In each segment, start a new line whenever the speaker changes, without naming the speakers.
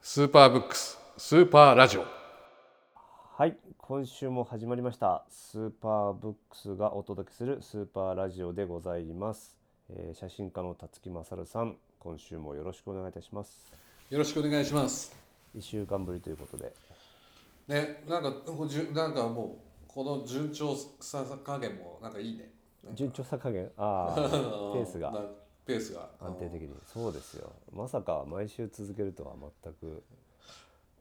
スーパーブックススーパーラジオ
はい今週も始まりましたスーパーブックスがお届けするスーパーラジオでございます、えー写真家の辰木勝さん今週もよろしくお願いいたします
よろしくお願いします
1週間ぶりということで
ねなんかこうじゅなんかもうこの順調さ加減もなんかいいね
順調さ加減あ
ペ
あ ペースが
ペースが
安定的にそうですよまさか毎週続けるとは全く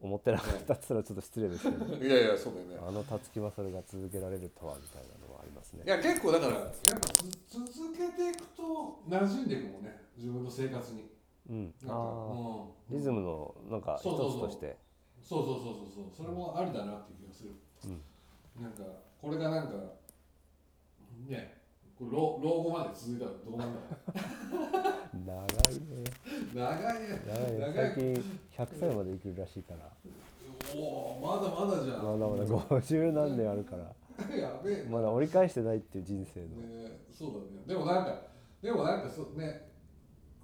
思ってなかったっつうのはちょっと失礼です けど
いやいやそうだよね
あの辰木勝が続けられるとはみたいなのはありますね
いや結構だからやっぱつ続けていくと馴染んでいくもんね自分の生活に
うん
なんかう
ああ
ん
リズムのなんか一
そうそうそう
つとして
そうそうそうそうそうそれもありだなっていう気がする、なんかこれがなんかねこれ老老後まで続いたらどうなんだろ
長いね
う長いね
やばい
長い
ね最近100歳まで生きるらしいから
おおまだまだじゃん
まだまだ50何年あるから
やべえね
まだ折り返してないっていう人生の
そうだねでもなんかでもなんかそうね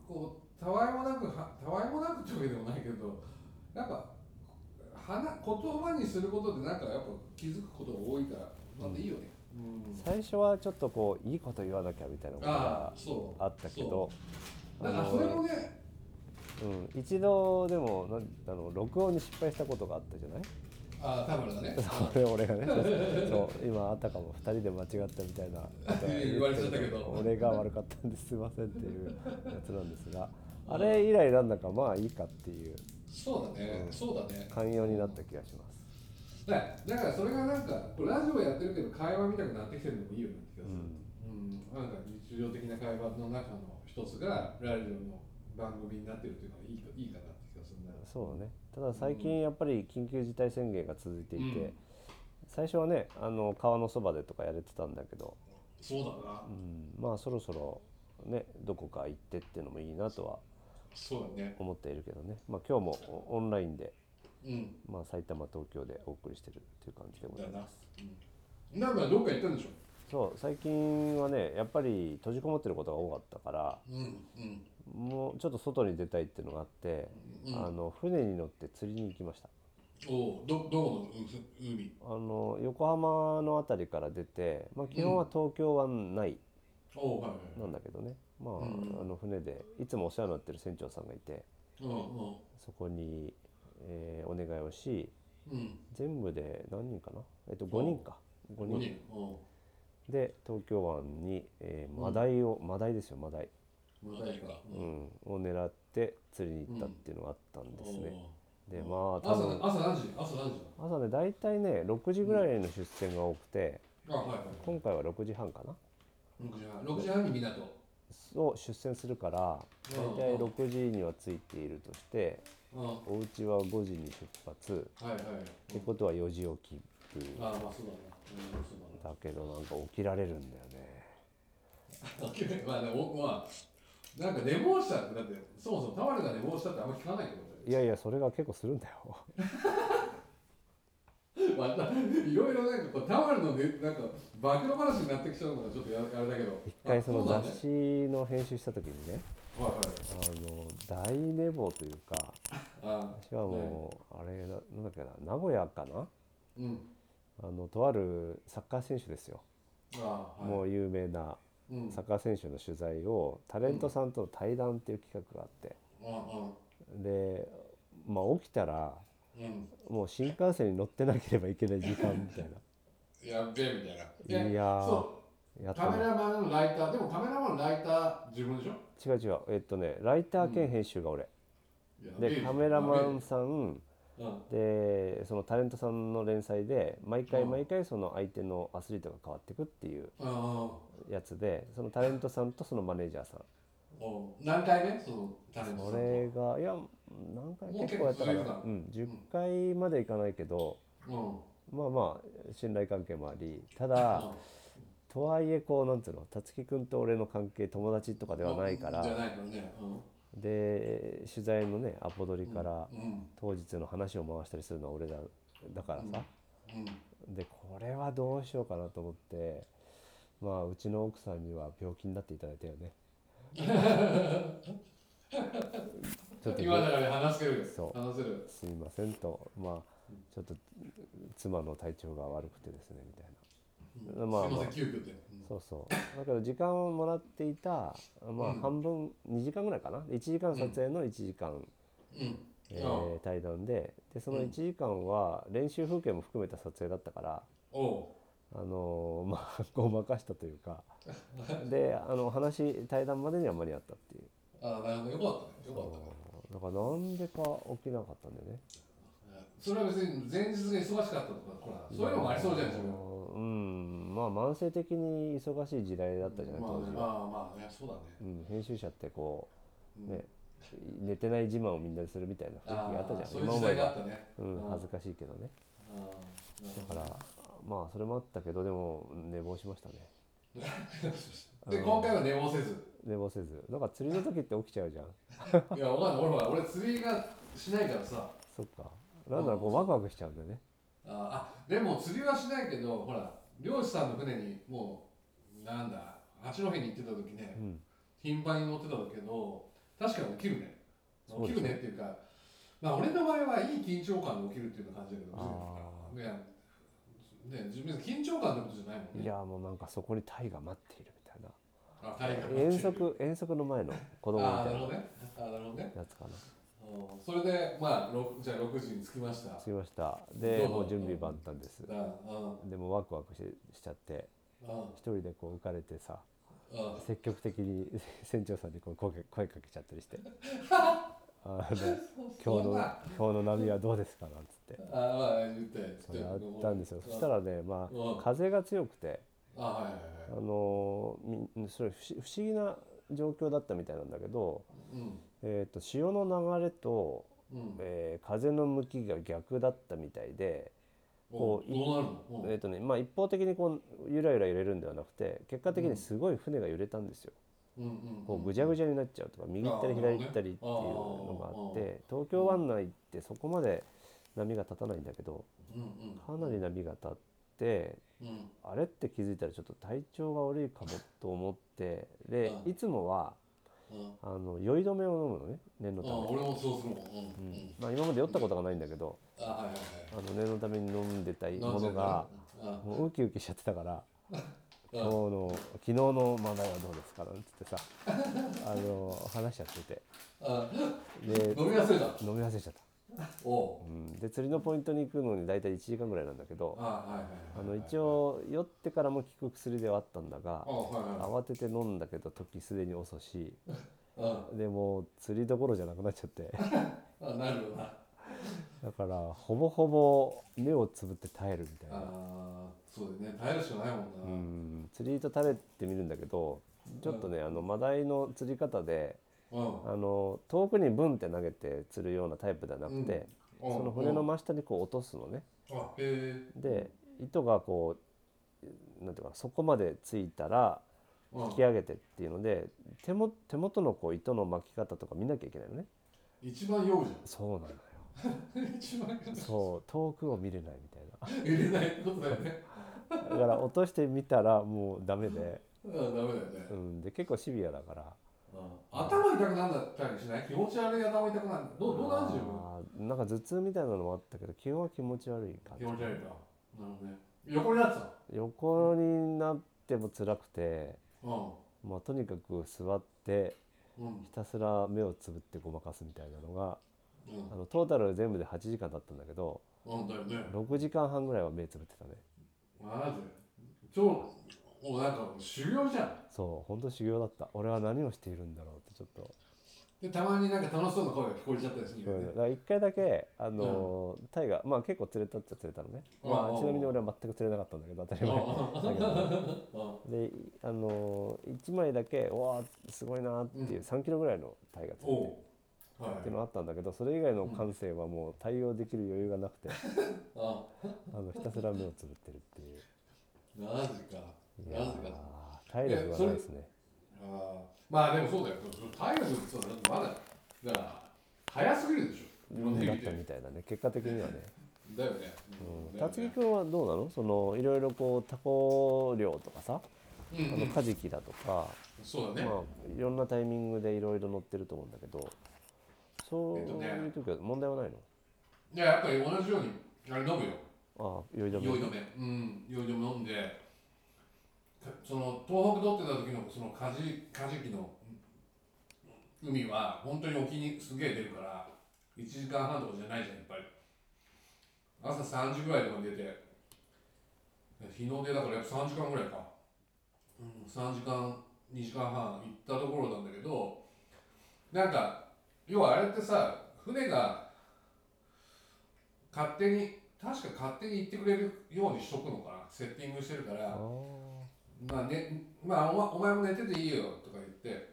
こうたわいもなくはたわいもなくってわけでもないけどやっぱはな言葉にすることでなんかやっぱ気づくことが多いからなんでいいよね、うん
最初はちょっとこういいこと言わなきゃみたいなこと
ああ
が
そう
あったけど
そうだからそれもね
うん、一度でもなんあの録音に失敗したことがあったじゃない
あ田村だね
それ俺 がねそう今あたかも2人で間違ったみたいなことを
言われちゃったけど
俺が悪かったんですいませんっていうやつなんですがあれ以来なんだかまあいいかっていう
そうだね、
うん
そうだね
寛容になった気がします
ねだからそれがなんかこれラジオやってるけど会話みたくなってきてるのもいいような気がする、うんなんか日常的な会話の中の一つがラジオの番組になってるっていうのはいいかいいかなって気がするんだ
そうだねただ最近やっぱり緊急事態宣言が続いていて、最初はねあの川のそばでとかやれてたんだけど、
そうだな
うん、まあそろそろねどこか行ってっていうのもいいなとは
そうだね
思っているけどね、まあ、今日もオンラインで、
うん
まあ、埼玉東京でお送りしてるっていう感じでござい
だ
ま
な
す
うんなんかどっか行ったんでしょ
そう最近はねやっぱり閉じこもってることが多かったから
うんうん
もうちょっと外に出たいっていうのがあって、あの船に乗って釣りに行きました
おうどどこのう海
あの横浜の辺りから出て、まあ、基本は東京湾内
おうはいは
なんだけどね、まあ、
うん
あの船でいつもお世話になってる船長さんがいて
いうん
そこに、えーお願いをし
うんうん
全部で何人かな、えっと、5人か5人
五人おう
で東京湾に、えーマダイを、マダイですよマダイ、
まだいいか
うんを狙って釣りに行ったっていうのがあったんですね、でまあ多
朝
分
朝何時朝何時
朝ね大体ね6時ぐらいの出船が多くて、
あはいはい
今回は6時半かな
6時半6時半に港
を出船するから
うん
大体6時には着いているとして
うんは
お家は5時に出発
いはい
ってことは4時起きっていう
あまあそうだなうんそう
だけどなんか起きられるんだよね
だな OK まあねおまあなんか寝坊したってだってそもそもタワルが寝坊したってあんま聞かないけど
いやいやそれが結構するんだよ
俺 またいろいろなんかこうタワルのねなんか暴露話になってきちゃうのがちょっとやあれだけど
一回その
あうだね
雑誌の編集した時にね
はいはい
あの大寝坊というか
あ
私はもうあれななんだっけな名古屋かな
うん
あのとあるサッカー選手ですよ
あはい
もう有名な
うん
サッカー選手の取材をタレントさんとの対談っていう企画があって
あ
で、まあ、起きたら
うんうん
もう新幹線に乗ってなければいけない時間みたい
やっべえみたい
な
な
いやー
そ
や
う
っ
カ
た
メ
ね
ラマンライターでもカメラマンライター自分でしょ
違う違うえっとねライター兼編集が俺、
やべえ
でカメラマ
やべ
ンさん
えうん
でそのタレントさんの連載で毎回
うん
毎回その相手のアスリートが変わってくっていう
ああ
やつでそのタレントさんとそのマネージャーさん
お何回目 そのタレントさん
そ
と
れがいや何回
もう
結構やったかな
結構続いてた
うん、10回までいかないけど、
うん
まあまあ信頼関係もありた だとはいえこうなんつうの辰木君と俺の関係友達とかではないか
じゃ
ら
ないからね
で取材のねアポ取りから
うんうん
当日の話を回したりするのは俺だだからさ
うん
でこれはどうしようかなと思ってまあうちの奥さんには病気になっていただいたよねちょっと
今だから話せる
そう
話せる
すみませんとまあちょっと妻の体調が悪くてですねみたいな
うん
まあ
すいませ
ま
ん
あ
急遽で
そうそうだけど時間をもらっていたまあ
うん
半分、2時間ぐらいかな1時間撮影の1時間、
うん
えー
あ
対談ででその
うん
1時間は練習風景も含めた撮影だったから、
おう
あのーまあ ごまかしたという かであの話対談までには間に合ったっていう
あなるほどよかったねよかったね
そうだからなんでか起きなかったんでね
それは別に前日が忙しかったとかほらそういうのもありそうじゃないです
あ
か
のーうんまあ慢性的に忙しい時代だったじゃない、
まあ
当
ね
時
ま
は、
あまあねそうだね
うん、編集者ってこ
う
うんね、寝てない自慢をみんなでするみたいな雰囲気があったじゃん
ーそういう
今
時
思え
代があ
ば
ったね
うん
う、ん
恥ずかしいけどね
あーなる
だ
ほ
か
ど
らまあそれもあったけどでも寝坊しましたね
で今回は寝坊せず
寝坊せずなんか釣りの時って起きちゃうじゃん
いやわかんない俺は俺釣りがしないからさ
そっかなんだろうこうワクワクしちゃうんだよね
あーあでも釣りはしないけどほら漁師さんの船にもうなんだ八戸に行ってた時ね
うん
頻繁に乗ってたけど確かに起きるね
そう
起
で
き
しょ
るねっていうかまあ俺の場合はいい緊張感で起きるっていうような感じだけど
あ
別にねね自分で緊張感のことじゃないもん
い
ね
やもうなんかそこにタイが待っているみたいな
あ体が
遠足遠足の前の子供み
ああな
た
いるほ
な
どねあーなるほどね
やつかな
うんそれでまあろくじゃあ6時に着きましたあ
着きましたで
どうぞ
もう準備万端です
ああ
でもワクワクししちゃって
あ
一人でこう浮かれてさ
あ
積極的に 船長さんにこう声声かけちゃったりして あの今日
そん
の
な
今日の波はどうですかなんつって
ああまあ言って
それやったんですよそした
ら
らねま
うん
あ風が強くて
あはいはい
あ
はい
のみそれ不思不思議な状況だったみたいなんだけど、
うん
えー、と潮の流れと、
うん
えー風の向きが逆だったみたいで、
お
こうい
どうなるのうん
えーとねまあ、一方的にこうゆらゆら揺れるんではなくて結果的にすごい船が揺れたんですよ。
うんうん
こうぐちゃぐちゃになっちゃうとか右行ったり
あー
左行ったりっていう
なる
のがあ
ほ
っ
どね
て東京湾内ってそこまで波が立たないんだけど
うんうん
かなり波が立って
うん
あれって気づいたらちょっと体調が悪いかもと思ってで
うん
いつもは
うん
あの酔い止めを飲むのね念のた
あ
めに、
俺もそうするもん。う
うん
うんん、
まあ、今まで酔ったことがないんだけど
あはいはい
あの念のために飲んでた
はい。
ものが
なん
もうウキウキしちゃってたから
て
今
や
日
るの、
の昨日のマダイはどうですかなんつってさあの話しちゃってて
あ
で
うん、飲み忘れた。
飲み忘れちゃった。
おお
うん、で釣りのポイントに行くのに大体1時間ぐらいなんだけど
う。あはいはい
あ
は
の
い。
一応酔ってからも効く薬ではあったんだが
あは
慌てて飲んだけど時すでに遅し
いはい。
でもう釣りどころじゃなくなっちゃって
うん、あなるよな。
だからほぼほぼ目をつぶって耐えるみたいな、
あそうだよね。耐えるしかないも
うんん、釣り糸垂れてみるんだけどちょっとねあのマダイの釣り方で
な。うん。
あの遠くにブンって投げて釣るようなタイプではなくて、
うん
その骨の。真下にこう落とすのね。
うんあへ
で糸がこうなんていうかなそこまでついたら
え。うん
引き上げてっていうので手も手元のこう糸の巻き方とか見なきゃいけないのね
一番酔うじ
そうなのよ
ゃん。 一番酔う
そう遠くを見れないみたい
入れないってことだよね。
なだから落としてみたらもうダメで,、
うん、ダメだよね。
うん、で結構シビアだから
うん頭痛くなんだったりしない気持ち悪い頭痛くなんだ。どうどうなんでしょう。
あーなんか頭痛みたいなのもあったけど基本は気持ち悪い感
気
じ
持ち悪いか。なるほどね。横になってた
横になっても辛くて、
の。
まあ、とにかく座って
うん。うん。
ひたすら目をつぶってごまかすみたいなのが
うん
あ。のトータル全部で8時間だったんだけど
うんだよね。
6時間半ぐらいは目つぶってたね
マジで。超、もうなんか修行じゃん。
そうほんと修行だった俺は何をしているんだろうってちょっと
で、たまになんか楽しそうな声が聞こえちゃったりする
だ
よね。
から1回だけあのータイがまあ結構釣れたっちゃ釣れたのねま
うん
あちなみに俺は全く釣れなかったんだけど当たり前だけどねであの1枚だけうわーすごいなーっていうう3キロぐらいのタイが釣れ
お
て
う。はい
っていう。のあったんだけどそれ以外の感性はもう対応できる余裕がなくて
あ、
あのひたすら目をつぶってるっていう
マジか。
いや
マジ
ー
か。
体力がないですね
あーまあでもそうだよ。体力ってさ、だってまだ、だから、早すぎるでしょ。いろんな意
だっ
味
た
で。
みたいだね結果的にはね、
だよね。
う、
うんんだよ
辰巳
ね
君はどうなのそのいろいろこうタコ漁とかさ
うん
あ
う
の
ん
カジキだとか、
そうだね。
まあ、いろんなタイミングでいろいろ乗ってると思うんだけどそう
えっとね
いう時は問題はないの
いややっぱり同じようにあれ飲むよ
ああ酔い
酔
止
い
め
止めうん酔い止め飲んでかその東北取ってた時のそのカジカジキのうん海は本当に沖にすげえ出るから1時間半とかじゃないじゃんやっぱり朝3時ぐらいとかに出て日の出だからやっぱ3時間ぐらいか、うん、3時間2時間半行ったところなんだけどなんか要はあれってさ船が勝手に確か勝手に行ってくれるようにしとくのかなセッティングしてるか
あ
ら
あ
まあね、まあおまお前も寝てていいよとか言って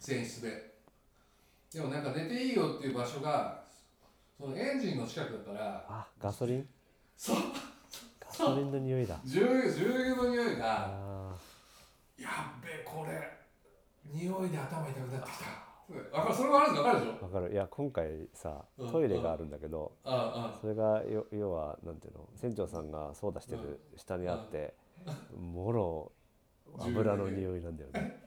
船室ででもなんか寝ていいよっていう場所がそのエンジンの近くだから
あガソリン
そう
ガソリンの匂いだ
重油重油の匂いが
あ
「やっべこれ匂いで頭痛くなってきた」わかるそれもあるんだわかるでしょ
あわかるいや今回さ
うん
トイレがあるんだけど、
あ
それがよ要はなんていうの船長さんがソーダしてる下にあって、もろ油の匂いなんだよね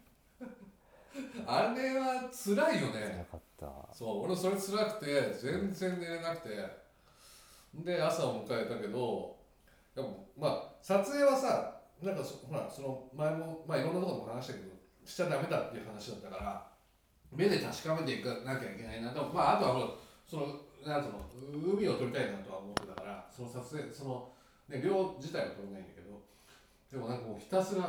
あああれは辛いよね
なかった
そう俺それ辛くて全然寝れなくてで朝を迎えたけどでもまあ撮影はさなんかそほらその前もまあいろんなところでも話したけどしちゃダメだっていう話だったから目で確かめていかなきゃいけないなとまああとはほらそのなんつうの海を撮りたいなとは思ってたからその撮影そのね量自体は撮れないんだけどでもなんかもうひたすら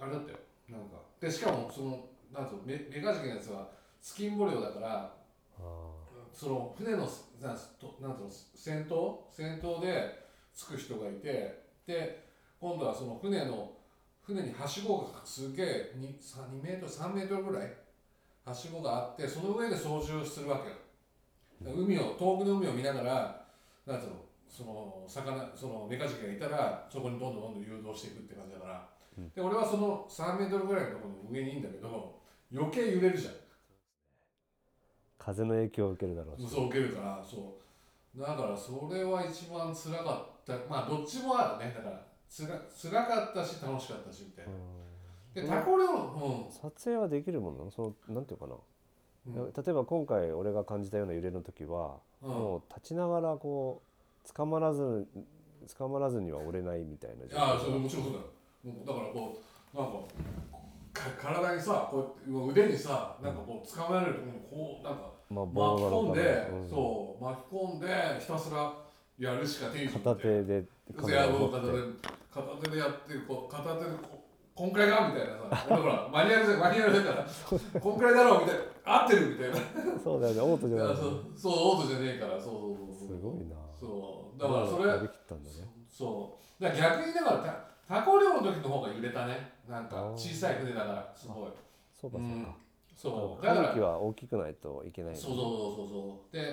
あれだったよなんかでしかもそのなんつうのメメカジキのやつはスキンボ漁だから
あー
その船のなんすとなんつうの先頭先頭で着く人がいてで今度はその船の船にはしごがすげえ 2, 2メートル3メートルぐらいはしごがあってその上で操縦するわけよだから海を遠くの海を見ながらなんつうのその魚そのメカジキがいたらそこにどんどんどんどん誘導していくって感じだから、
うん
で俺はその3メートルぐらいのところの上にいいんだけど余計揺れるじゃん
風の影響を受けるだろうし
そう受けるからそうだからそれは一番辛かったまあどっちもあるねだからつら辛かったし楽しかったしみたいなでタコ漁
うん
の
撮影はできるもんなのそのなんていうかな、
うんうん
例えば今回俺が感じたような揺れの時は、
うん
もう立ちながらこう捕まらず捕まらずには折れないみたいな状
ああ
況
それもちろんそうだよもうだからこうなんかか体にさこうやって腕にさなんかこう掴まれるとこうこうなんか
まあ、棒
巻き
なの
込ん
かな
で、
うん
そう巻き込んでひたすらやるしか手に
片手で
いやもう
持っ
片
て
手で片手でやってこう片手でここんくらいかみたいなさ俺ほらマニュアルでマニュアルだ からこんくらいだろうみたいな合ってるみたいな
そうだよねオートじゃない
いや
の
そうそうオートじゃねえからそうそうそう
すごいな
そうだからそれ
やりきったんだね
そうだから逆にだからタタコ漁の時の方が揺れたねなんか
あー
小さい船だからすごい
そうかそううんか
そうだから
寒気は大きくないといけない
そうそうそうそうそうで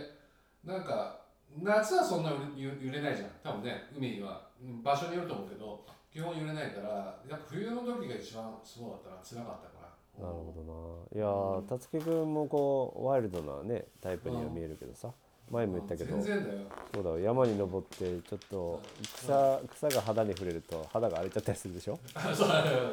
なんか夏はそんな揺揺れないじゃん多分ね海はうん場所によると思うけど基本揺れないからやっぱ冬の時が一番すごかったな辛かったから
なるほどないやーたつきくんもこうワイルドなねタイプには見えるけどさ前も言ったけど
全然だよ
そうだよ山に登ってちょっと草草が肌に触れると肌が荒れちゃったりするでしょ
あそうだよ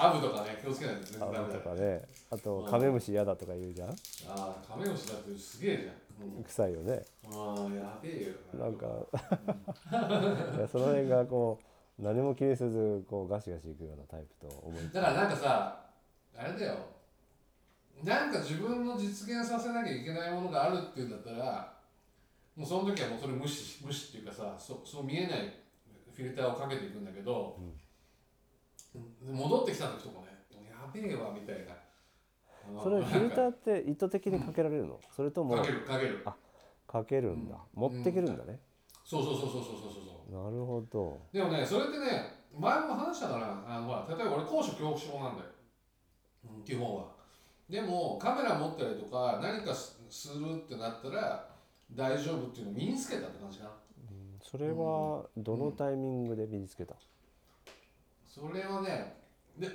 アブとかね気をつけないと全
あ
然ダメだ
と
よ
かねあとカメムシ嫌だとか言うじゃん
ああカメムシだってすげえじゃん、うん
臭いよね
ああやべえよ
なんか いやその辺がこう何も気にせずこうガシガシいくようなタイプと思い
だからなんかさあれだよなんか自分の実現させなきゃいけないものがあるっていうんだったらもうその時はもうそれ無視無視っていうかさそそう見えないフィルターをかけていくんだけど、戻ってきた時とかねやべえわみたいな
それフィルタ
ー
ーって意図的にかけられるのそれとも
かけるかける
かけるんだ
うん
持ってけるんだね
そうそうそうそうそうそうそう
なるほど
でもね、それってね、前も話したから、あのほら例えば俺、高所恐怖症なんだよ、うん基本は。でも、カメラ持ったりとか、何かすするってなったら、大丈夫っていうのを身につけたって感じかな。
うんそれはどのタイミングで身につけた
それはね、で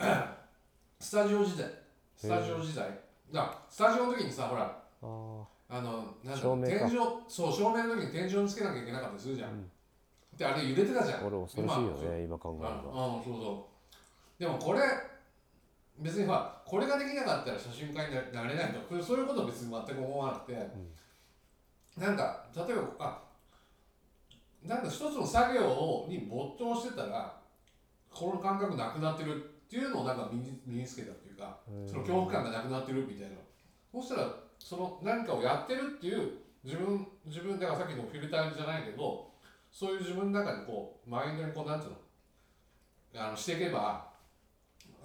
スタジオ時代、スタジオ時代、だからスタジオの時にさ、ほら、
あー
あの、なんだろ
照
う、
明
天
か
井、そう、照明の時に天井につけなきゃいけなかったりするじゃん。
うん
で、あれ揺れてたじゃん。
俺恐ろしい
今
よね今考え
あ
れば
うん、そうそう。でもこれ、別にほら、これができなかったら写真家になれないとか、そういうことは別に全く思わなくて、なんか例えばあなんか一つの作業をに没頭してたらこの感覚なくなってるっていうのをなんか身に身につけたっていうかその恐怖感がなくなってるみたいなそうしたらその何かをやってるっていう自分自分だからさっきのフィルターじゃないけどそういう自分の中にこうマインドにこうなんていうのあのしていけば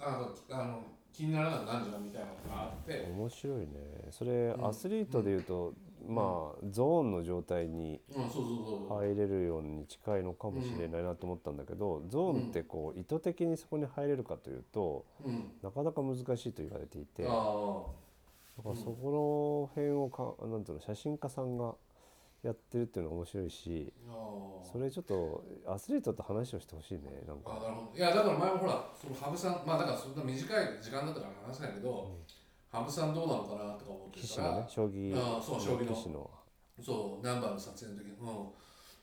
あのあの気にならなくなるんじゃんみたいなのがあって
面白いねそれ
うん
アスリートでいうと、まあゾーンの状態に
うんそうそうそうそう、
入れるように近いのかもしれないなと思ったんだけど、ゾーンってこう意図的にそこに入れるかというと
うん
なかなか難しいと言われていてだ
あ
か
あ
らそこの辺をかなんていうの写真家さんがやってるっていうのが面白いし
ああ
それちょっとアスリートと話をしてほしいねなん
あ
か。
なるほどいやだから前もほらその羽生さんまあだからそんな短い時間だったから話せないけど、羽生さんどうなのかなとか思って
棋士
たら、
のね将棋
あーそう将棋の
棋士の
そうナンバーの撮影の時に、うん、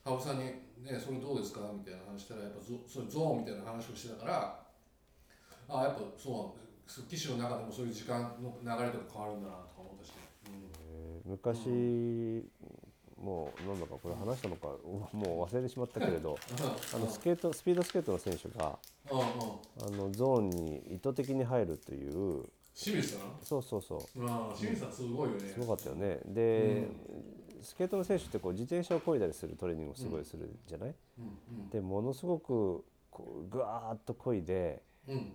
羽生さんに、ね「それどうですか?」みたいな話したらやっぱゾそれゾーンみたいな話をしてたからああやっぱそうなんだそう棋士の中でもそういう時間の流れとか変わるんだなとか思ったし、うん
えー昔、もうなんだかこれ話したのかもう忘れてしまったけれどあのスケートスピードスケートの選手が
うんうん、
あのゾーンに意図的に入るという
清水さん
そうそうそう
うん清水さんすごいよね
すごかったよねで、スケートの選手ってこう自転車をこいだりするトレーニングをすごいするじゃない、
うん
でものすごくこうぐわーっとこいで、
うんうん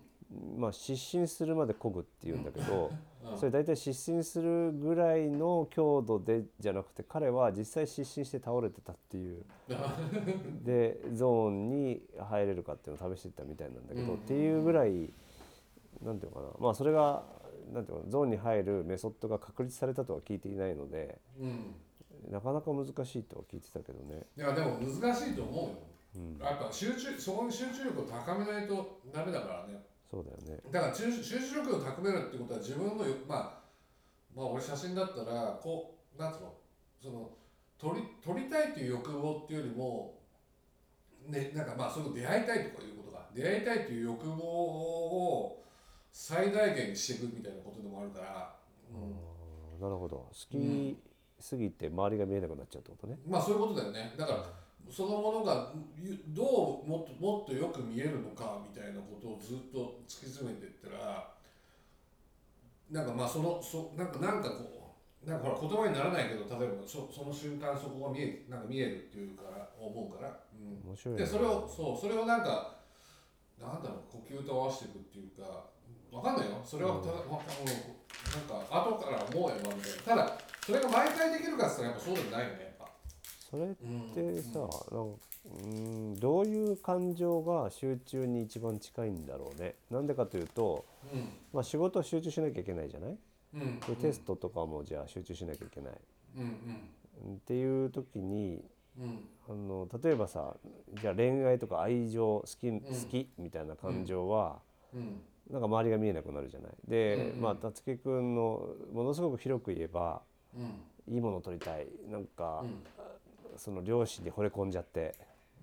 まあ、失神するまでこぐっていうんだけど、
うん
それ大体失神するぐらいの強度でじゃなくて彼は実際失神して倒れてたっていう でゾーンに入れるかっていうのを試していったみたいなんだけど、
うん
っていうぐらいなんていうのかなまあそれがなんていうのかなゾーンに入るメソッドが確立されたとは聞いていないので
うん
なかなか難しいとは聞いてたけどね。
いやでも難しいと思うよ、やっぱ集中そこに集中力を高めないとダメだからね
そうだよね。
だから集集中力を高めるってことは自分のよまあまあ俺写真だったらこうなんつうのその撮り撮りたいっていう欲望っていうよりもねなんかまあそれと出会いたいとかいうことが出会いたいっていう欲望を最大限にしていくみたいなことでもあるから、うん
あーなるほど。好きすぎて周りが見えなくなっちゃうってことね。
まあそういうことだよねだからそのものがゆどうもっともっとよく見えるのかみたいなことをずっと突き詰めていったらなんかまあそのそなんかなんかこうなんかほら言葉にならないけど例えばそその瞬間そこが見えなんか見えるっていうから思うから、う
面白い
ん、
ね。
でそれをそうそれをなんかなんだろう呼吸と合わせていくっていうかわかんないよそれはただ、まうんなんか後から思えばみたいなただそれが毎回できるかっつったらやっぱそうでもないよねやっぱ。
それっ
うん
てさ、なんかうーんどういう感情が集中に一番近いんだろうね。なんでかというと、
う
まあ、仕事は集中しなきゃいけないじゃない
んうん
でテストとかもじゃあ集中しなきゃいけない。
うん
っていう時に
うんうん
あの例えばさじゃあ恋愛とか愛情好き,、好きみたいな感情は、
うん
なんか周りが見えなくなるじゃない。で、
うんうん
まあ辰樹君のものすごく広く言えば
うん
いいものを取りたいなんか、
嗯
その両親に惚れ込んじゃって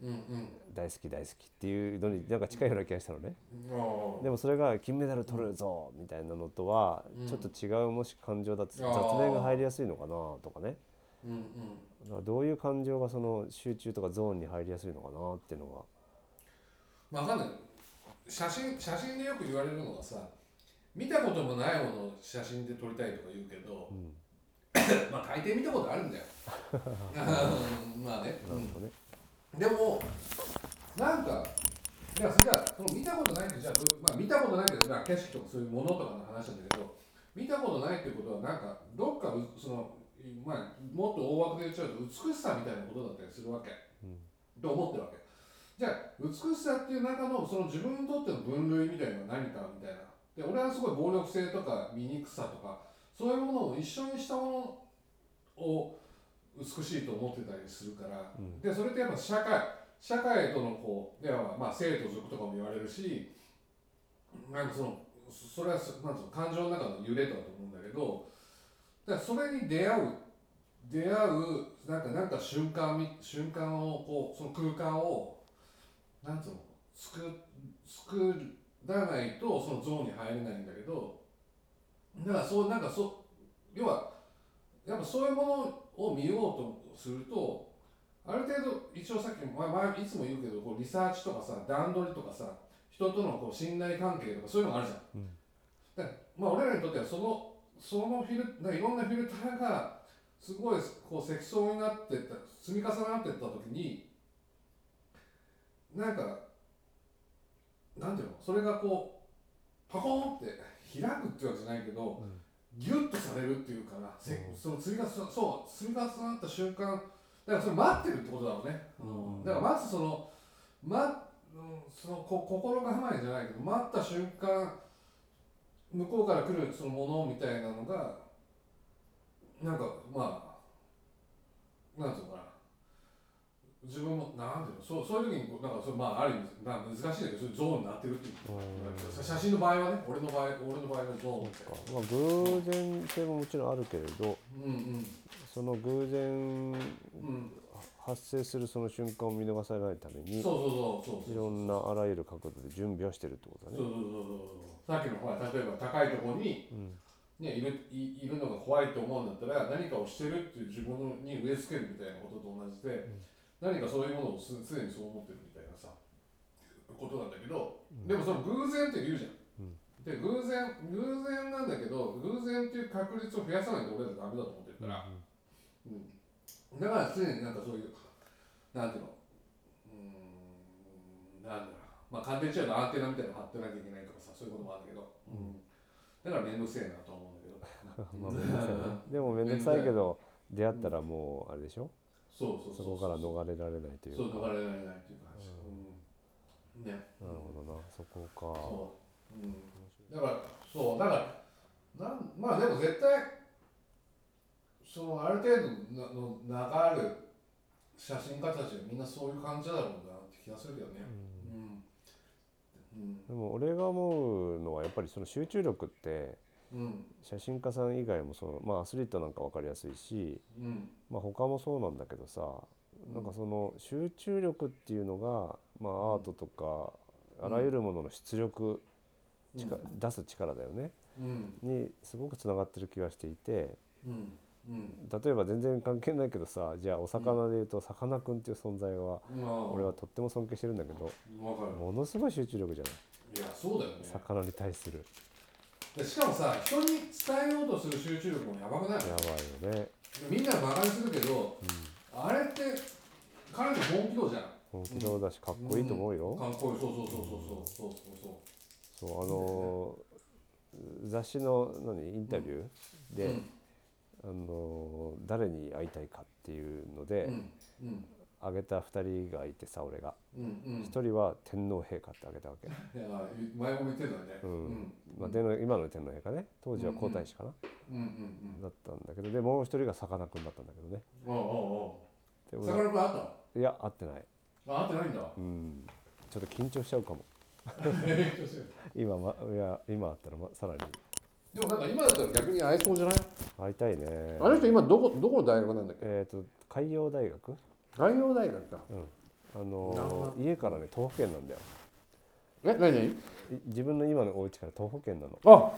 うんうん
大好き大好きっていうのになんか近いような気がしたのね。
あ
でもそれが金メダル取るぞみたいなのとはちょっと違うもし感情だと雑
あー
念が入りやすいのかなとかね。
ーうんうん
だからどういう感情がその集中とかゾーンに入りやすいのかなっていうのが。
まあわかんない写真写真でよく言われるのがさ見たこともないものを写真で撮りたいとか言うけど、 まあ大抵見たことあるんだようん まあね、
なるほどね。
でもなんかじゃあじゃあその見たことないってじゃあどういう、まあ、見たことないけどじゃあ景色とかそういうものとかの話なんだけど見たことないっていうことはなんかどっかうその、まあ、もっと大枠で言っちゃうと美しさみたいなことだったりするわけ、と思ってるわけじゃあ美しさっていう中のその自分にとっての分類みたいなのは何かみたいなで俺はすごい暴力性とか醜さとかそういうものを一緒にしたものを美しいと思ってたりするから、でそれってやっぱ社会社会とのこういわばまあ生と族とかも言われるしなんかそのそそれはそなんつうの感情の中の揺れとかだと思うんだけどだからそれに出会う出会うなんかなんか瞬間み瞬間をこうその空間をなんつうの作作らないとそのゾーンに入れないんだけどだからそうなんかそう要はやっぱそういうものを見ようとするとある程度一応さっきも、まあ、前いつも言うけどこうリサーチとかさ段取りとかさ人とのこう信頼関係とかそういうのがあるじゃん。
うん
だからまあ、俺らにとってはそのそのフィルなんかいろんなフィルターがすごいこう積層になってった積み重なってった時になんかなんていうのそれがこうパコーンって開くってわけじゃないけど、
うん
ギュッとされるっていうかな、せ
うん
その釣りがそそう釣りが重なった瞬間だからそれ待ってるってことだろうね、
うん
だからまずその,、ま、うんそのこ心構えじゃないけど待った瞬間向こうから来るそのものみたいなのがなんかまあなんていうのかな自分もなんていうのそうそういう時にこうなんかそれまあある意味まあ難しいんだけどそういうゾーンになってるっていう写真の場合はね俺の場合俺の場合はゾーンみたいな
まあ、偶然性ももちろんあるけれど
うんうん
その偶然
うん
発生するその瞬間を見逃さないため
そう
に
そうそうそう
いろんなあらゆる角度で準備はしてるってことだ
そう
ね。
そうそうそうさっきのほら例えば高いところに、
うん
ね、いるいいるのが怖いと思うんだったら何かをしてるっていう自分に植え付けるみたいなことと同じで、何かそういうものをす常にそう思ってるみたいなさことなんだけど、でもその偶然って言うじゃん。
うん
で偶然偶然なんだけど偶然っていう確率を増やさないと俺らダメだと思ってるから。だから常になんかそういう、なんていうの、うーん、なんだろう、まあ、完全に言っちゃうとアンテナみたいなの張ってなきゃいけないとかさ、そういうこともあるんだけど、うん、だから面倒くせえなと思うんだけど、
まあ、めんどくさいなでも面倒くさいけど出会ったらもうあれでしょ
そうそう
そ
そう
こから逃れられないという
そう、逃
か
れられないっていう感じ。うんね、
なるほどなそこか
そう、うん、だから、そう、だから、なんまあでも絶対、そのある程度なの流ある写真家たちはみんなそういう感じだろうなって気がするけどね。うん
でも俺が思うのはやっぱりその集中力って
うん
写真家さん以外もその、まあ、アスリートなんか分かりやすいし、
うん
まあ、他もそうなんだけどさなんかその集中力っていうのが、まあ、アートとかあらゆるものの出力、力出す力だよね
うん
にすごくつながってる気がしていて
うんうん
例えば全然関係ないけどさじゃあお魚でいうとさかなクンっていう存在は
まあ
俺はとっても尊敬してるんだけど
わか
ものすごい集中力じゃない
るいやそうだよね
魚に対する
でしかもさ人に伝えようとする集中力もやばくない
やばいよね
みんな馬鹿にするけど、あれって彼の本気度じゃん
本気そうだしかっこいいと思うよ、
かっこいいそうそうそうそうそうそうそうそう
そうあのー雑誌の何インタビューで、
うん
あのー誰に会いたいかっていうので、
うんうん
挙げた2人がいてさ俺が
うんうんい
1人は天皇陛下って挙げたわけ、
や前も言ってたね
うん
うん
まあ、での今の天皇陛下ね当時は皇太子かな、
うんうん
だったんだけどでもう1人がさかなクンだったんだけどね
うんおうお
で
うおう
俺
魚くんあったの
いや会ってない、
あ、会ってないんだ
うん、ちょっと緊張しちゃうかも今、ま、いや今会ったら、ま、さらに
でもなんか今だったら逆に会えそうじゃない
会いたいね
あの人今どこどこの大学なんだっけ
えっ、と海洋大学
海洋大学か。
あのー家からね徒歩圏なんだよ
え、何何
い自分の今のお家から徒歩圏なの
あ、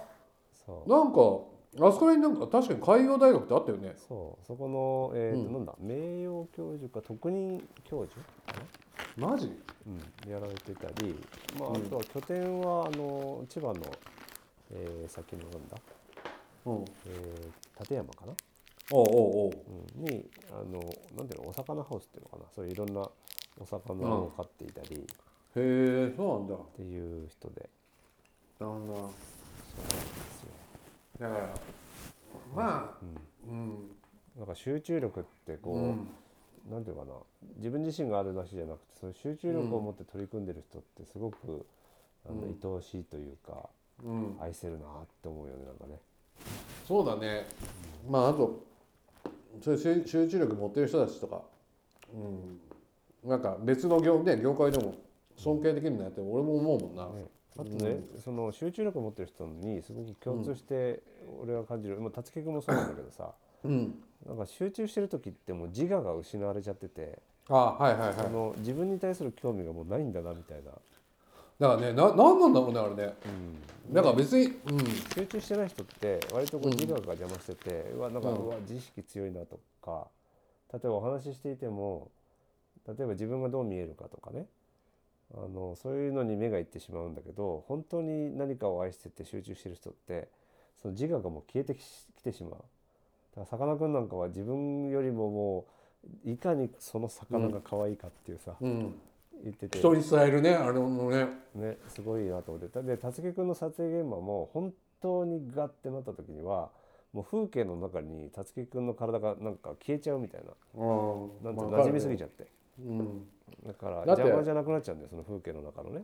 そ
なんかあそこら辺なんか確かに海洋大学ってあったよね
う。そうそこの、えーと
うん
なんだ名誉教授か特任教授、
マジ？
うん、やられてたり、まあ、
うん
あとは拠点はあの千葉の、えー先のなんだ、
うん。おう
えー立山かな、
おうおう。
うん、にあのなんていうのお魚ハウスっていうのかなそういういろんなお魚を飼っていたりっ
へえ、そうなんだ。
ていう人で、
なんだ。
そう
だからまあ、うん、
なんか集中力ってこう、
うん
なんていうのかな自分自身があるなしじゃなくてその集中力を持って取り組んでる人ってすごく、あの
うん
愛おしいというか
うん、
愛せるなって思うよねなんかね。
そうだね。まああとそういう集集中力持ってる人たちとか、うん、なんか別の業ね業界でも尊敬できるんだって俺も思うもんな。
ねあとね、その集中力を持ってる人にすごく共通して俺は感じる、まあ辰木君もそうなんだけどさ
うん。
なんか集中してる時ってもう自我が失われちゃってて、
あ、はいはいはい。
その自分に対する興味がもうないんだなみたいな、
だからね、な、なんなんだろうね、あれね。だから別に、うん、
集中してない人って割とこう自我が邪魔してて、うわなんか、
うん
うわ自意識強いなとか例えばお話ししていても例えば自分がどう見えるかとかねあのそういうのに目がいってしまうんだけど本当に何かを愛してて集中してる人ってその自我がもう消えてききてしまう。だからさかなクンなんかは自分よりももういかにその魚が可愛いかっていうさ、
うん、
言ってて
人に伝えるねあれのね
ね、すごいなと思ってでたつき君の撮影現場も本当にガッてなった時にはもう風景の中にたつき君の体がなんか消えちゃうみたい
な
ななんて馴染みすぎ
ち
ちゃって
ゃうん、
だから
だって
邪魔じゃなくなっちゃうんだよその風景の中のね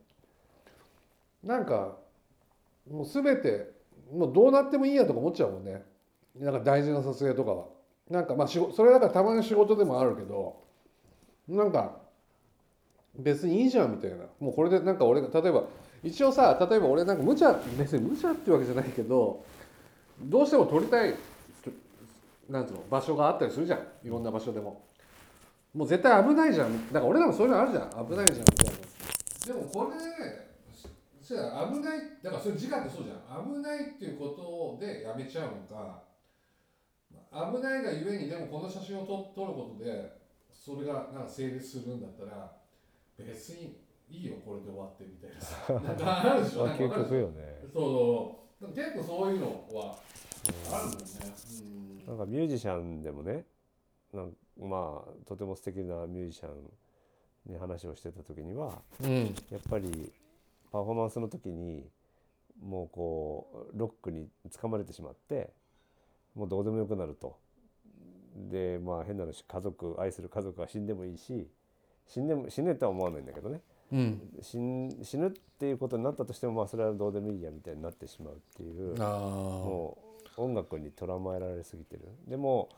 なんかもう全てもうどうなってもいいやとか思っちゃうもんねなんか大事な撮影とかはなんかまあ仕事それはだからたまに仕事でもあるけどなんか別にいいじゃんみたいなもうこれでなんか俺が例えば一応さ例えば俺なんか無茶別に無茶っていうわけじゃないけどどうしても撮りたいなんつうの場所があったりするじゃんいろんな場所でももう絶対危ないじゃんなんか俺らもそういうのあるじゃん危ないじゃんみたいな
でもこれしそや危ないだからそれ自我ってそうじゃん危ないっていうことでやめちゃうのか危ないがゆえにでもこの写真をと撮ることでそれがなんか成立するんだったら別にいいよこれで終わってみたいな さなんかあるでしょなんかわ
究
かるでし
極
ょ
よね
そうそう結構そういうのはあるもんねうん
なんかミュージシャンでもねなんまあとても素敵なミュージシャンに話をしてた時には
うん
やっぱりパフォーマンスの時にもうこうロックにつかまれてしまってもうどうでもよくなると。でまあ変な話家族愛する家族は死んでもいいし死んでも死ねとは思わないんだけどね
うん
死ん死ぬっていうことになったとしてもまあそれはどうでもいいやみたいになってしまうっていう
あー
もう音楽にとらまえられすぎてる。でも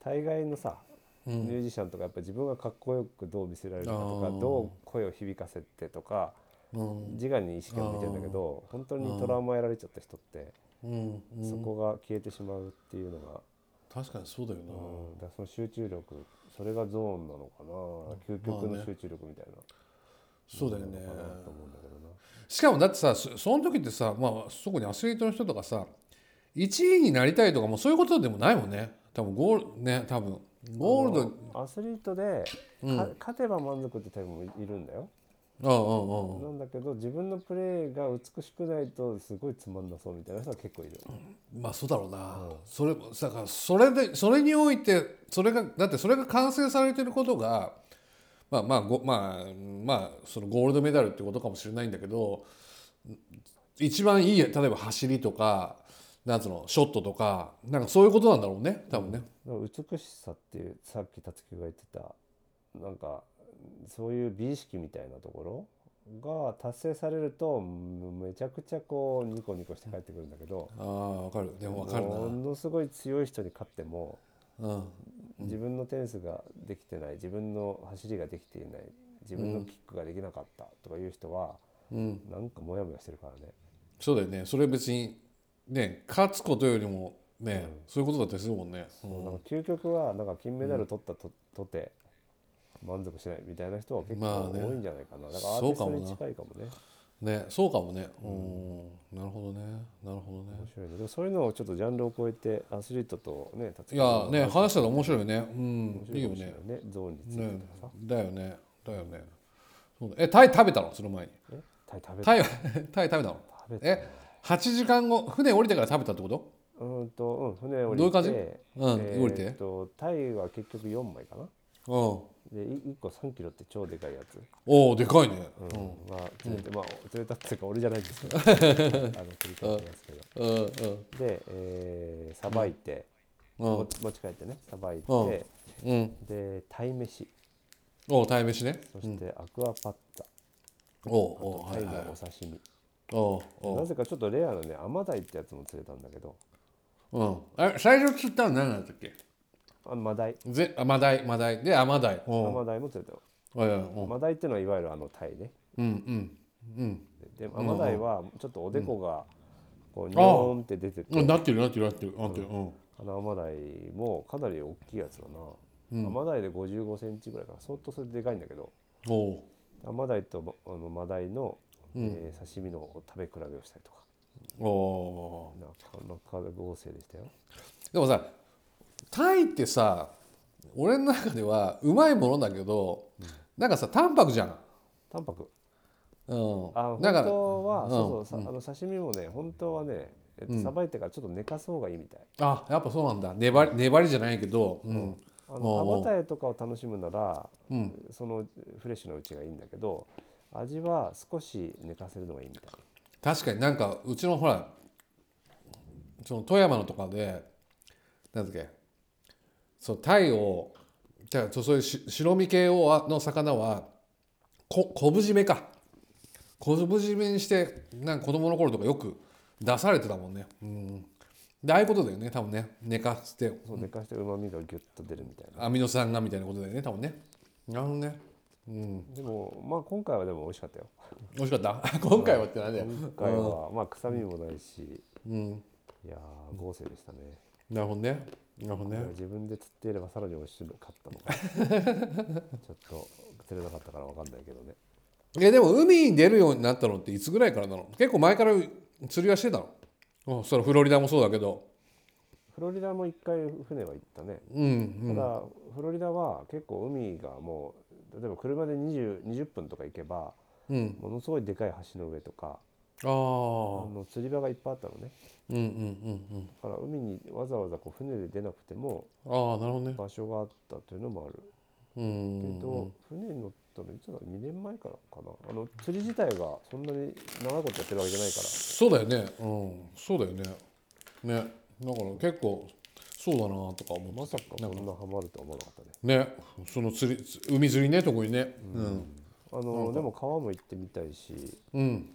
大概のさ
うん
ミュージシャンとかやっぱ自分がかっこよくどう見せられるかと
あ
か
ー
どう声を響かせてとか
うん
自我に意識が向いてるんだけど本当にトラウマやられちゃった人って
うんうん
そこが消えてしまうっていうのが、
確かにそうだよ
う
な、
んだからその集中力それがゾーンなのかな究極
まあ
の
ね
集中力みたいな、
そうだよね
なのかなと思うんだけどな
しかもだってさそその時ってさ、まあ、特にアスリートの人とかさ1位になりたいとかもうそういうことでもないもんね多分ゴールね多分ゴール
アスリートで、
うん
か勝てば満足ってタイプもいるんだよ、
ドうんうんうん
なんだけど自分のプレーが美しくないとすごいつまんなそうみたいな人は結構いる、
まあそうだろうな、それだからそれでそれにおいてそれがだってそれが完成されてることがまあまあごまあまあそのゴールドメダルってことかもしれないんだけど一番いい例えば走りとかなんつうのショットとかなんかそういうことなんだろうね多分ね。
だから美しさっていうさっきたつきが言ってたなんかそういう美意識みたいなところが達成されるとうんめちゃくちゃこうニコニコして帰ってくるんだけど、
ああわかるでもわかるな。
ものすごい強い人に勝っても
うん
自分のテニスができてない自分の走りができていない自分のキックができなかったとかいう人は、
うん
なんかモヤモヤしてるからね。
そうだよねそれ別にね勝つことよりもね、そういうことだったりするもんね。うん
なんか究極はなんか金メダル取ったと,、とて満足しないみたいな人は結
ま
構
あ
多
ね
いんじゃないかな、だから
そ
アーテ
う
ィ
か
スト
もな
に近いかもね
ねそうかもねうんなるほどねなるほどね
面白いねでもそういうのをちょっとジャンルを超えてアスリートとね達
いやね話したら面白いよねうんいいよ
ね
ね
ねゾーンについて
ね
とかさ、
だよねだよねそうだえタイ食べたのその前に
えタイ食べた
タイ タイ食べたの
食べた
え8時間後船降りてから食べたってこと
うーんと、うん、船降りて
どういう感じうん
えー
降りて
とタイは結局4枚かな
うんお
でい1個3キロって超でかいやつ、
おでかいね
うんまあ釣れて、まあ釣れたっていうか俺じゃないんです けどあの釣り方ですけど
うんうん
でえーさばいて、
うん
持ち持ち帰ってねさばいて、
うんうん
で鯛めし
おう鯛めしね
そしてアクアパッツァ、
おうおうは
鯛
い
の
はい
お刺身、
おうお
な
う
ぜかちょっとレアなね甘鯛ってやつも釣れたんだけど
うんあれ最初釣ったの何だったっけ
あマダイ
ぜあマダイマダイでアマダイおう
マダイも釣れたよ
はいはいおう
マダイっていうのはいわゆるあの鯛ね
うんうん
でアマダイはちょっとおでこがこうニョーンって出てて、
うんなってるなってるなってるなってるうん
あのアマダイもかなり大きいやつだな、アマダイで5 5センチぐらいかな相当それでかいんだけど
おう
アマダイとまあのマダイの、えー刺身の食べ比べをしたりとか
おー
なかなか豪勢でしたよ
でもさタイってさ俺の中ではうまいものだけど、なんかさ淡白じゃん、
淡白
う
あ
ん、
だ
だ
か
からら
本当は、
うん
そうそう、
うん
さあの刺身もね本当はねえっと
うん
さばいてからちょっと寝かそうがいいみたい、
あやっぱそうなんだ粘り粘りじゃないけど、うん
あの
お
歯
うおう
応えとかを楽しむなら
うん、
そのフレッシュのうちがいいんだけど味は少し寝かせるのがいいみたい
確かになんかうちのほらその富山のとかでなんだっけそう鯛をじゃあそうそういうし白身系をあの魚はこ昆布締めか昆布締めにしてなんか子供の頃とかよく出されてたもんねうんでああいうことだよね多分ね寝かせて
そう寝かしてうまみがギュッと出るみたいな、
アミノ酸がみたいなことだよね多分ねなるほどねうん
でもまあ今回はでも美味しかったよ
美味しかった 今回はってなんだよ
今回はまあ臭みもないし
うん
いやー豪勢でしたね
なるほどねなるほど
いや
ね
自分で釣っていればさらに美味しかったのか なちょっと釣れなかったからわかんないけどね
えでも海に出るようになったのっていつぐらいからなの結構前から釣りはしてたのうんそのフロリダもそうだけど
フロリダも一回船は行ったね
うんう
た
ん
だフロリダは結構海がもう例えば車で 20, 20分とか行けば
うん
ものすごいでかい橋の上とか
ああ
あの釣り場がいっぱいあったのね
うんうんうんうん
だから海にわざわざこう船で出なくても
ああなるほどね
場所があったというのもある
うん
けど、船に乗ったのいつだろう2年前からかなあの釣り自体がそんなに長いことやってるわけじゃないから
そうだよねうんそうだよねねだから結構そうだなとか思って
まさかこ
なんか
んなハマるとは思わなかったね
ねその釣りつ海釣りね特にねうん
あのでも川も行ってみたいし
うん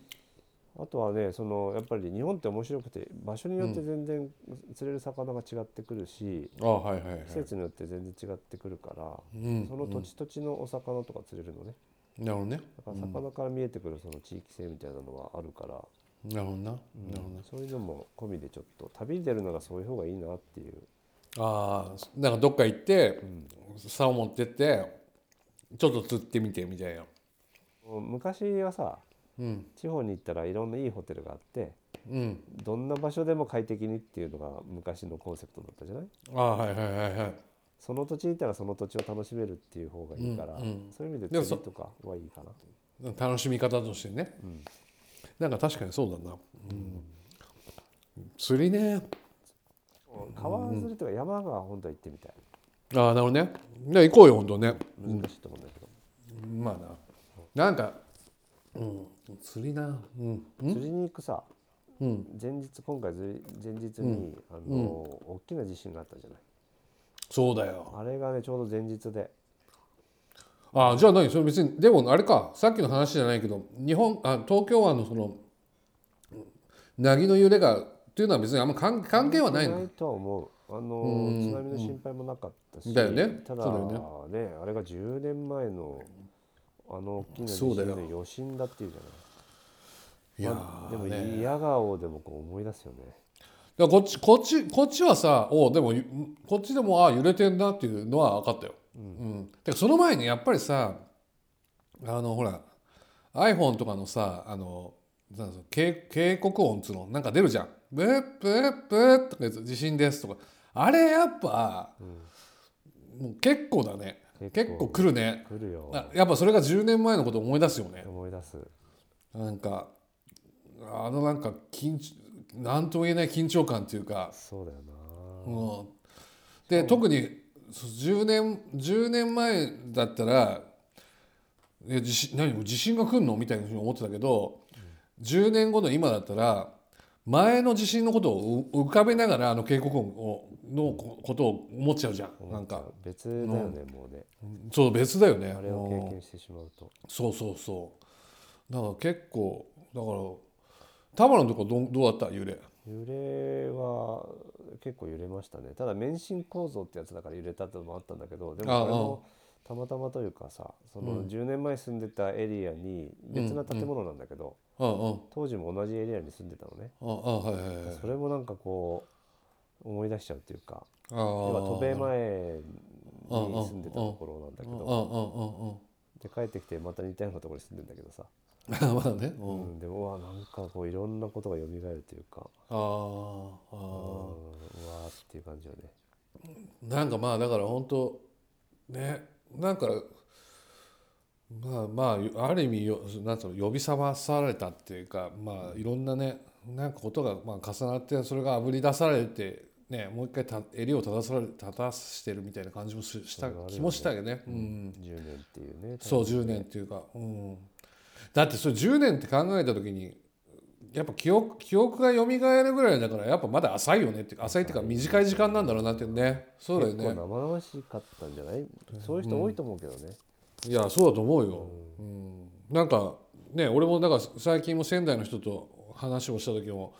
あとはねそのやっぱり日本って面白くて場所によって全然釣れる魚が違ってくるし、
ああはいはいはい
季節によって全然違ってくるから、
うん
その土地土地のお魚とか釣れるのね
なるほどね
だから魚から見えてくるその地域性みたいなのはあるから、
なるほどななるほど
そういうのも込みでちょっと旅に出るならそういう方がいいなっていう
ああなんかどっか行って、竿持ってってちょっと釣ってみてみたいな
昔はさ
うん
地方に行ったらいろんないいホテルがあって
うん
どんな場所でも快適にっていうのが昔のコンセプトだったじゃない
ああはいはいはいはい
その土地にいたらその土地を楽しめるっていう方がいいから、
うんうん
そういう意味で
でもそ
釣りとかはいいかな
楽しみ方としてね、
ん
なんか確かにそうだな、うん、釣りね
川釣りとか山が本当は行ってみたい
ああなるほどねね行こうよ本当ね
難しいと思うんだけど、
まあななんか、うん、釣りなうん
釣りに行くさ
うん
前日今回釣り前日に、あの大きな地震があったじゃない
そうだよ
あれがねちょうど前日で
ああじゃあ何それ別にでもあれかさっきの話じゃないけど日本あ東京湾のその凪の揺れがっていうのは別にあんま関関係はない
な
の
いとは思うあの
うん
津波の心配もなかったし
だよね
ただ
そう
ね
だ
あれが10年前のあの大きな地
そう
震
だ
で
よ
余震だっていうじゃない
いや
まあで
ー
も
ね
嫌顔でもこう思い出すよね
だからこっちこっちこっちはさおうでもゆこっちでもああ揺れてんなっていうのは分かったよ、うんてかその前にやっぱりさあのほら iPhone とかのさあのなんだろう警警告音っつうのなんか出るじゃん「ブーブーブー」とかやつ「地震です」とかあれやっぱ、もう結構だね結構
結構
来るね
来るよ
あやっぱそれが10年前のことを思い出すよね
思い出す
なんかあのなんか緊張なんとも言えない緊張感っていうか
そうだよな
うん、で特にそう10年10年前だったら「え地震何地震が来るの?」みたいなふうに思ってたけど、10年後の今だったら前の地震のことをう浮かべながらあの警告音をのこことを思っちゃうじゃんなんか
別だよねもうね
そう別だよね
あれを経験してしまうと
そうそうそうだから結構だから田原のとこどうどうだった揺れ
揺れは結構揺れましたねただ免震構造ってやつだから揺れたってのもあったんだけどで
ああ
もそれもたまたまというかさその10年前住んでたエリアに別な建物なんだけど、
うんうん
当時も同じエリアに住んでたのね
ああはいはいはい
それもなんかこう思い出しちゃうっていうか
あ
要は
ー
渡米前に住んでたところなんだけ
うんうん
ど
うんうん
で帰ってきてまた似たようなところに住んでんだけどさ、
まあね、う、
うんん、でもうわなんかこういろんなことが蘇るというか
あー
うんう
あ
わーっていう感じよね
ーなんかまあだから本当ねなんかまあまあある意味よなんつうの呼び覚まされたっていうかまあいろんなねなんかことがまあ重なってそれがあぶり出されて、ね、もう一回た襟を正され立たしてるみたいな感じもしした
それはあるよね
気もしたけどね。うん
10年っていうね
そう10年っていうか、うん、だってそれ10年って考えた時にやっぱ記憶記憶が蘇るぐらいだからやっぱまだ浅いよねっていうか浅いっていうか短い時間なんだろうなってねそうだよ
結
ね
構生々しかったんじゃないそういう人多いと思うけどね、
いやそうだと思うよ、うん、なんかね俺もだから最近も仙台の人と話をした時も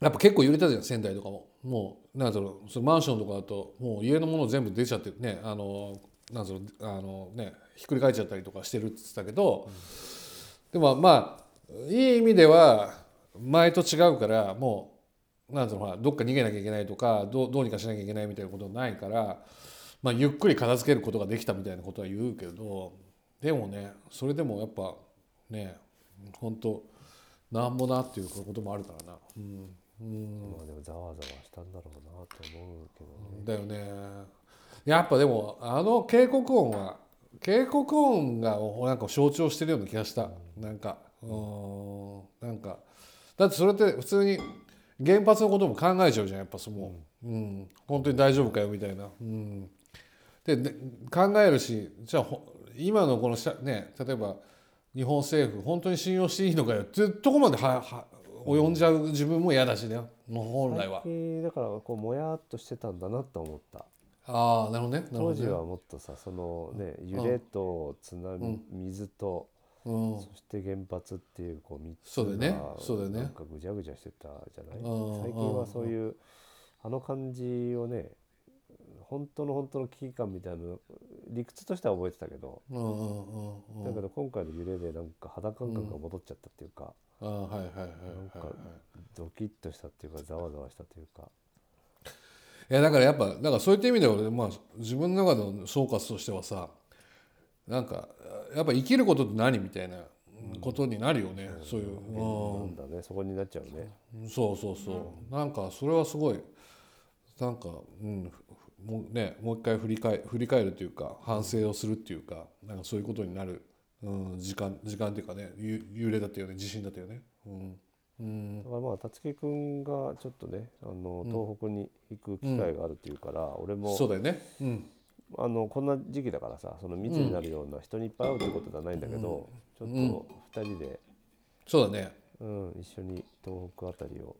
やっぱ結構揺れたじゃん仙台とかももうなんだろうそのマンションとかだともう家のもの全部出ちゃってねあのなんだろうあのねひっくり返っちゃったりとかしてるって言ってたけど、でもまあいい意味では前と違うからもうなんだろうほらどっか逃げなきゃいけないとかどうどうにかしなきゃいけないみたいなことないから。まあ、ゆっくり片付けることができたみたいなことは言うけどでもねそれでもやっぱね本当なんもなっていうこともあるからな、うんうん、
まあでもざわざわしたんだろうなと思うけどね、
だよねやっぱでもあの警告音は警告音がなんか象徴してるような気がしたなんかうーんなんかだってそれって普通に原発のことも考えちゃうじゃんやっぱその、うん、本当に大丈夫かよみたいな、うん、でで考えるしじゃあほ今のこの社ね例えば日本政府本当に信用していいのかよってとこまではは及んじゃう自分も嫌だしねもう本来は
最。近だからこうもやっとしてたんだなと思った
ああなるほどねなるほ
当
どね
時はもっとさそのね揺れと津波、水と、
うん
そして原発っていうこう3つ
そうだよね
が
そうだよね
なんかぐちゃぐちゃしてたじゃない
うん
最近はそういうあの感じをね本当の本当の危機感みたいなの理屈としては覚えてたけど
うんうんうんう
だ
ん
けど今回の揺れでなんか肌感覚が戻っちゃったっていうか
あーはいはいはいはい
なんか
はい
ドキッとしたっていうかざわざわしたというか
いやだからやっぱだからそういった意味では俺、まあ、自分の中の総括としてはさなんかやっぱ生きることって何みたいなことになるよね、そういう、うん
なんだねそこになっちゃうね
そうそうそう、なんかそれはすごいなんか、うん、ふもうねもう一回振り返振り返るというか反省をするっていうかなんかそういうことになる、うん、時間時間っていうかねゆ幽霊だったよね地震だったよね。うんうん
だからまあ辰木君がちょっとねあの東北に行く機会があるっていうから、俺も
そうだよね。うん。
あのこんな時期だからさその密になるような人にいっぱい会うってことではないんだけど、ちょっと2人で、
そうだね。
うん、一緒に東北あたりを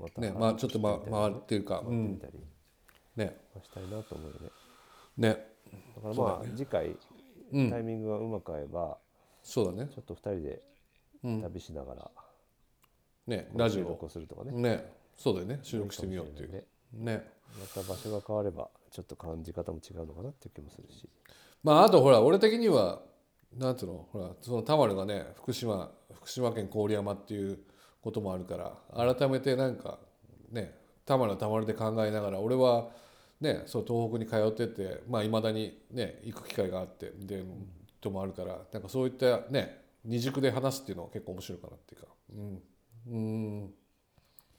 また
ね、まあちょっとま回るっていうか、う
回ってみ
ん、
たり
ね、
まあしたいなと思うよね。
ね、
だからまあ、次回
うん
タイミングがうまく合えば、
そうだね。
ちょっと2人で
うん
旅しながら、
ね、ラジ
収録
オ
をするとかね
ね、そうだよね。収録してみようってい
かもしれな
うね。
ねまた場所が変わればちょっと感じ方も違うのかなっていう気もするし
まああとほら俺的にはなんていうのほらそのタマルがね福島福島県郡山っていうこともあるから改めてなんかねタマルはタマルで考えながら俺はねそう東北に通っててまあいまだにね行く機会があってでともあるからなんかそういったね二軸で話すっていうのは結構面白いかなっていうかうんうん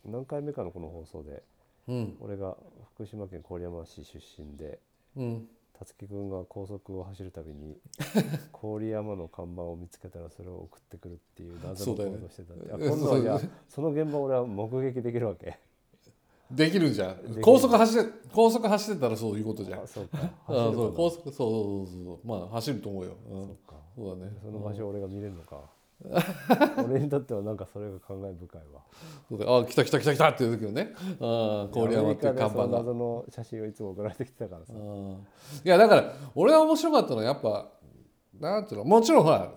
何回目かのこの放送で
うん
俺が福島県郡山市出身で
うん
辰木君が高速を走るた びに郡山の看板を見つけたらそれを送ってくるっていう謎
そ
の
うだよ
行
ね
動をしてたんで、
うん
あ今度はじゃあ
そ
その現場を俺は目撃できるわけ
できるじゃ
き
ん
る
高速走って高速走ってたらそういうことじゃん
あそうか
あ
走 る
そう
か
高速そうそうそうそうまあ走ると思うよ、うん、そう
か
だね
なその場所を俺が見れるのか 俺にとってはなんかそれが感慨深いわ
そうだよあ来た来た来た来たっていう時のねあー郡山っていう看板
アメリカでその
が
謎の写真をいつも送られてきてたからさ
うんいやだから俺は面白かったのはやっぱなんていうのもちろんほら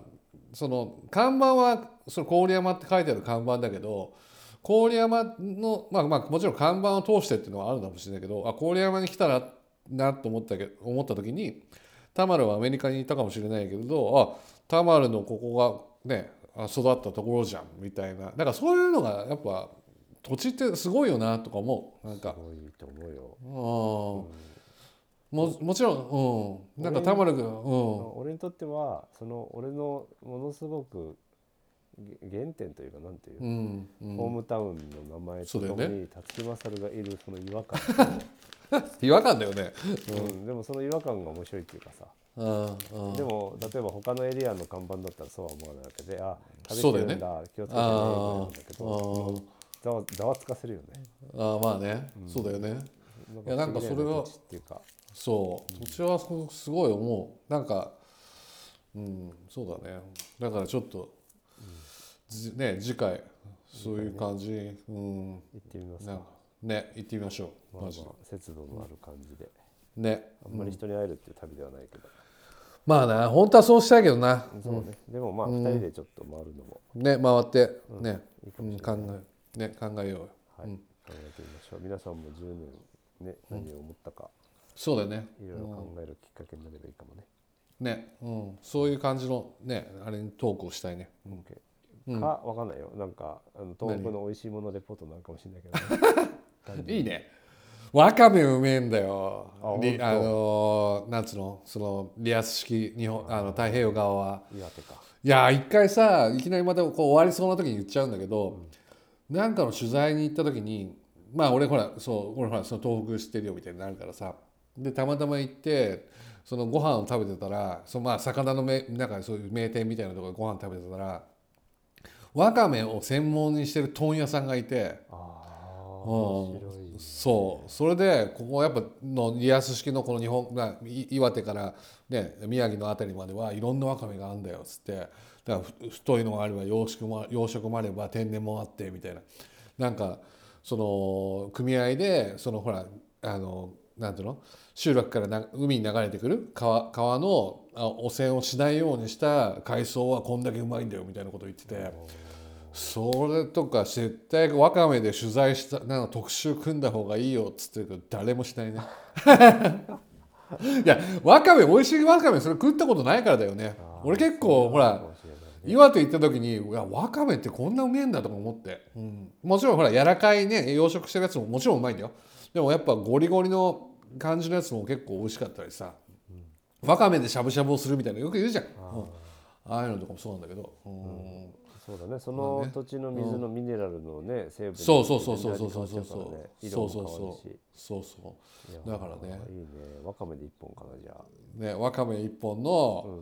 その看板はその郡山って書いてある看板だけど郡山のまあまあもちろん看板を通してっていうのはあるかもしれないけどあ郡山に来たらなと思ったけど思った時に田丸はアメリカにいたかもしれないけれどあ田丸のここがねあ育ったところじゃんみたいななんかそういうのがやっぱ土地ってすごいよなとか思うなん
す
か。
ごいと思うよ、
うんももちろん、うん、なんか田丸君、うん、
俺にとってはその俺のものすごくげ原点というかなんていう
う
か、
んうん
ホームタウンの名前とと
そうだ
も
よ
に辰木マサルがいるその違和感
違和感だよね
と、うん、でもその違和感が面白いっていうかさ
うんうん
でも例えば他のエリアの看板だったらそうは思わないわけであ壁
そうだよ
切るん
ね
だ気をつけてね
あ
みたいなんだけ
ー
ど
あー
ざわざわつかせるよね
あーまあね、そうだよねいやなんかそれは
不思議な土地っていうか
そう土地はそすごい思うなんかうんそうだねだからちょっと、じね次回そういう感じ、うん
行ってみますか
なんかね行ってみましょう、
まあま
マ
あ
ジで
節度のある感じで
ね
あんまり人に会えるっていう旅ではないけど、
まあな本当はそうしたいけどな
そうねでもまあ2人でちょっと回るのも、
ね回ってね、うん考えね考えようよ
はい考えてみましょう皆さんも10年ね何を思ったか
そうだよね
いろいろ考えるきっかけになればいいかもね、
ね、うん、そういう感じのねあれにトークをしたいね
OK かわかんないよなんかあの東北の美味しいものレポートなんかもしれないけど、 ね、
いいねわかめうめえんだよ
あ
り
本当
あのーなんつうのそのリアス式日本あの太平洋側は
岩手か
いやー一回さいきなりまたこう終わりそうな時に言っちゃうんだけど、なんかの取材に行った時にまあ俺ほらそう俺ほらその東北知ってるよみたいになるからさでたまたま行ってそのご飯を食べてたらそのまあ魚のめなんかそういう名店みたいなところでご飯食べてたらわかめを専門にしてる豚屋さんがいて。
ああ
うん
面白い
そうそれでここやっぱのリアス式のこの日本まあい岩手から、ね、宮城のあたりまではいろんなわかめがあるんだよっつってだからふ太いのがあれば養殖も養殖もあれば天然もあってみたいななんかその組合でそのほらあのなんていうの集落からな海に流れてくる川川のあ汚染をしないようにした海藻はこんだけうまいんだよみたいなこと言ってて。それとか絶対わかめで取材したなんか特集組んだ方がいいよっつってるけど誰もしないね いやわかめ美味しいわかめそれ食ったことないからだよね俺結構ほら
かもしれない
岩手行った時にいやわかめってこんなうめえんだとか思って、もちろんほら柔らかいね養殖してるやつももちろんうまいんだよでもやっぱゴリゴリの感じのやつも結構美味しかったりさ、わかめでしゃぶしゃぶをするみたいなのよく言うじゃんうんああいうのとかもそうなんだけど、うん
そうだねその土地の水のミネラルのね成分
そうそうそうそうそうそうそうそう
色
そう
も
そう
変わ
そう
るし
そうそうだからね
いいねわかめで一本かなじゃあ
ねわかめ一本の、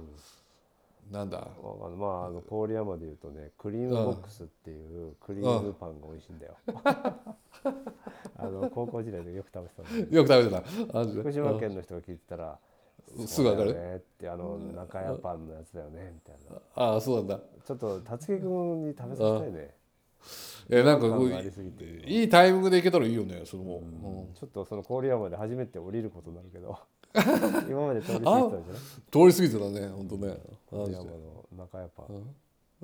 なんだ
わかんないまああの郡山でいうとねクリームボックスっていうクリームパンが美味しい んだよあの高校時代でよく食べてたんだけど
よく食べてたマジで
福島県の人が聞いてたら
うんすぐ
わ
上がる
ねってあの中屋パンのやつだよねみたいな
ああそうなんだ
ちょっと辰木君に食べさせたいね
えなんか
パ
こ
ン
う
がありすぎて
いいタイミングでいけたらいいよねそれも、うん
ちょっとその郡山で初めて降りることになる けど今まで通り過ぎてたんじゃない
通り過ぎてたね本当ねマ
郡
ジで
山の中屋パ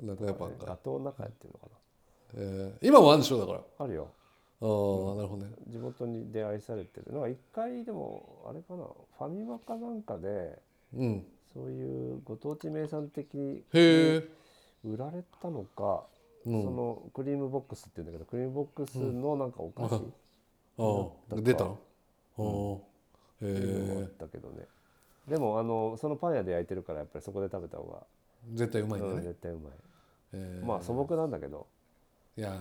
ン
なんかやっぱ
ガトー中屋っていうのか
えー今もあるんでしょだからあ
なあるよ
あ、なるほどね
地元にで愛されてるなんか一回でもあれかなファミマかなんかで
うん
そういうご当地名産的に
へえ
売られたのか、
うん
そのクリームボックスって言うんだけどクリームボックスのなんかお菓子
ああ出たのああへ
だ
え
ったけどね、でもあのそのパン屋で焼いてるからやっぱりそこで食べた方
絶対うまいん
が、
だ
うん、
ね、
絶対うまい、
えー
まあ素朴なんだけど
いや、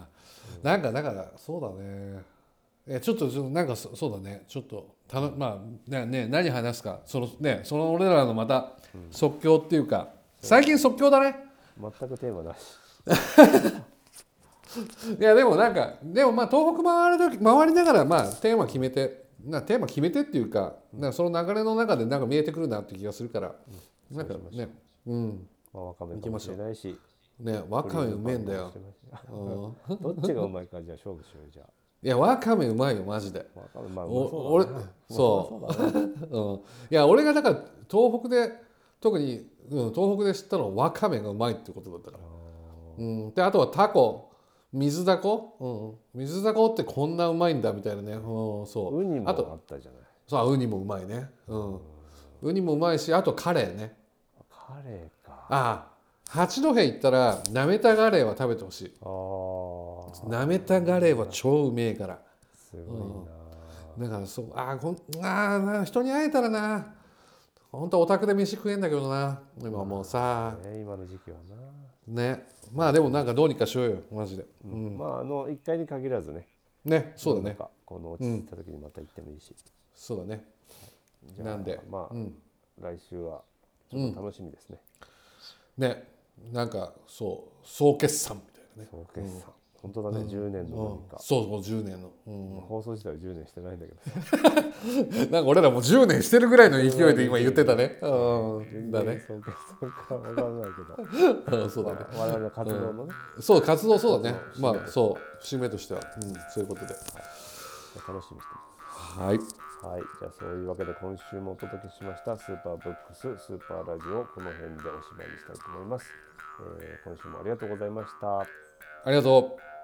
なんかだからそうだねえちょっとちょっとなんかそそうだねちょっとたのまあねね何話すかそのねその俺らのまた即興っていうか、最近即興だね
全くテーマなし
いやでもなんかでもまあ東北回る時回りながらまあテーマ決めてなテーマ決めてっていうかなんかその流れの中でなんか見えてくるなって気がするから、なんかねうん
まあ、わかめかもしれないし
ねわかめうめえんだよ
クリームパンかも
うん
しれないしどっちがうまいかじゃあ勝負しようよじゃ
いやわかめうまいよマジで。
あわかめまあうま
お
そう
俺
だな
そううん、いや俺がだから東北で特に、うん、東北で知ったのはわかめがうまいってことだったから、うん、であとはタコ水だこ、うん、水だこってこんなうまいんだみたいなね、うん、そう
ウニもあ
あと
ったじゃない
そうウニもうまいね、うん、ウニもうまいしあとカレーね
カレーか
ああ八戸行ったらなめたガレーは食べてほしい
あー
なめたガレーは超うめえから
すごいな
だからそうあーこんあーな人に会えたらな本当はお宅で飯食えんだけどな今もうさ
ね、今の時期はな、
ねまあでもなんかどうにかしようよマジで、うん、
まああの1回に限らずね
ねそうだ
なん
ね
かこの落ち着いた時にまた行ってもいいし、
そうだね
じゃあ
なんで
まあ、
うん
来週はちょっと楽しみですね、
ねなんかそう総決算みたいなね
総決算、本当だね、10年の何か、
そうもう10年の、うん
放送自体は10年してないんだけど
な
さ
んか俺らもう10年してるぐらいの勢いで今言ってたねうんだね
総決算か分からないけ ど
うんそうだね
我々の活動のね、
そう節目そうだねまあそう節目としては、うん、そういうことで
楽しみにしてま
はい
すはいじゃあそういうわけで今週もお届けしましたスーパーブックススーパーラジオこの辺でおしまいにしたいと思います、えー今週もありがとうございました
ありがとう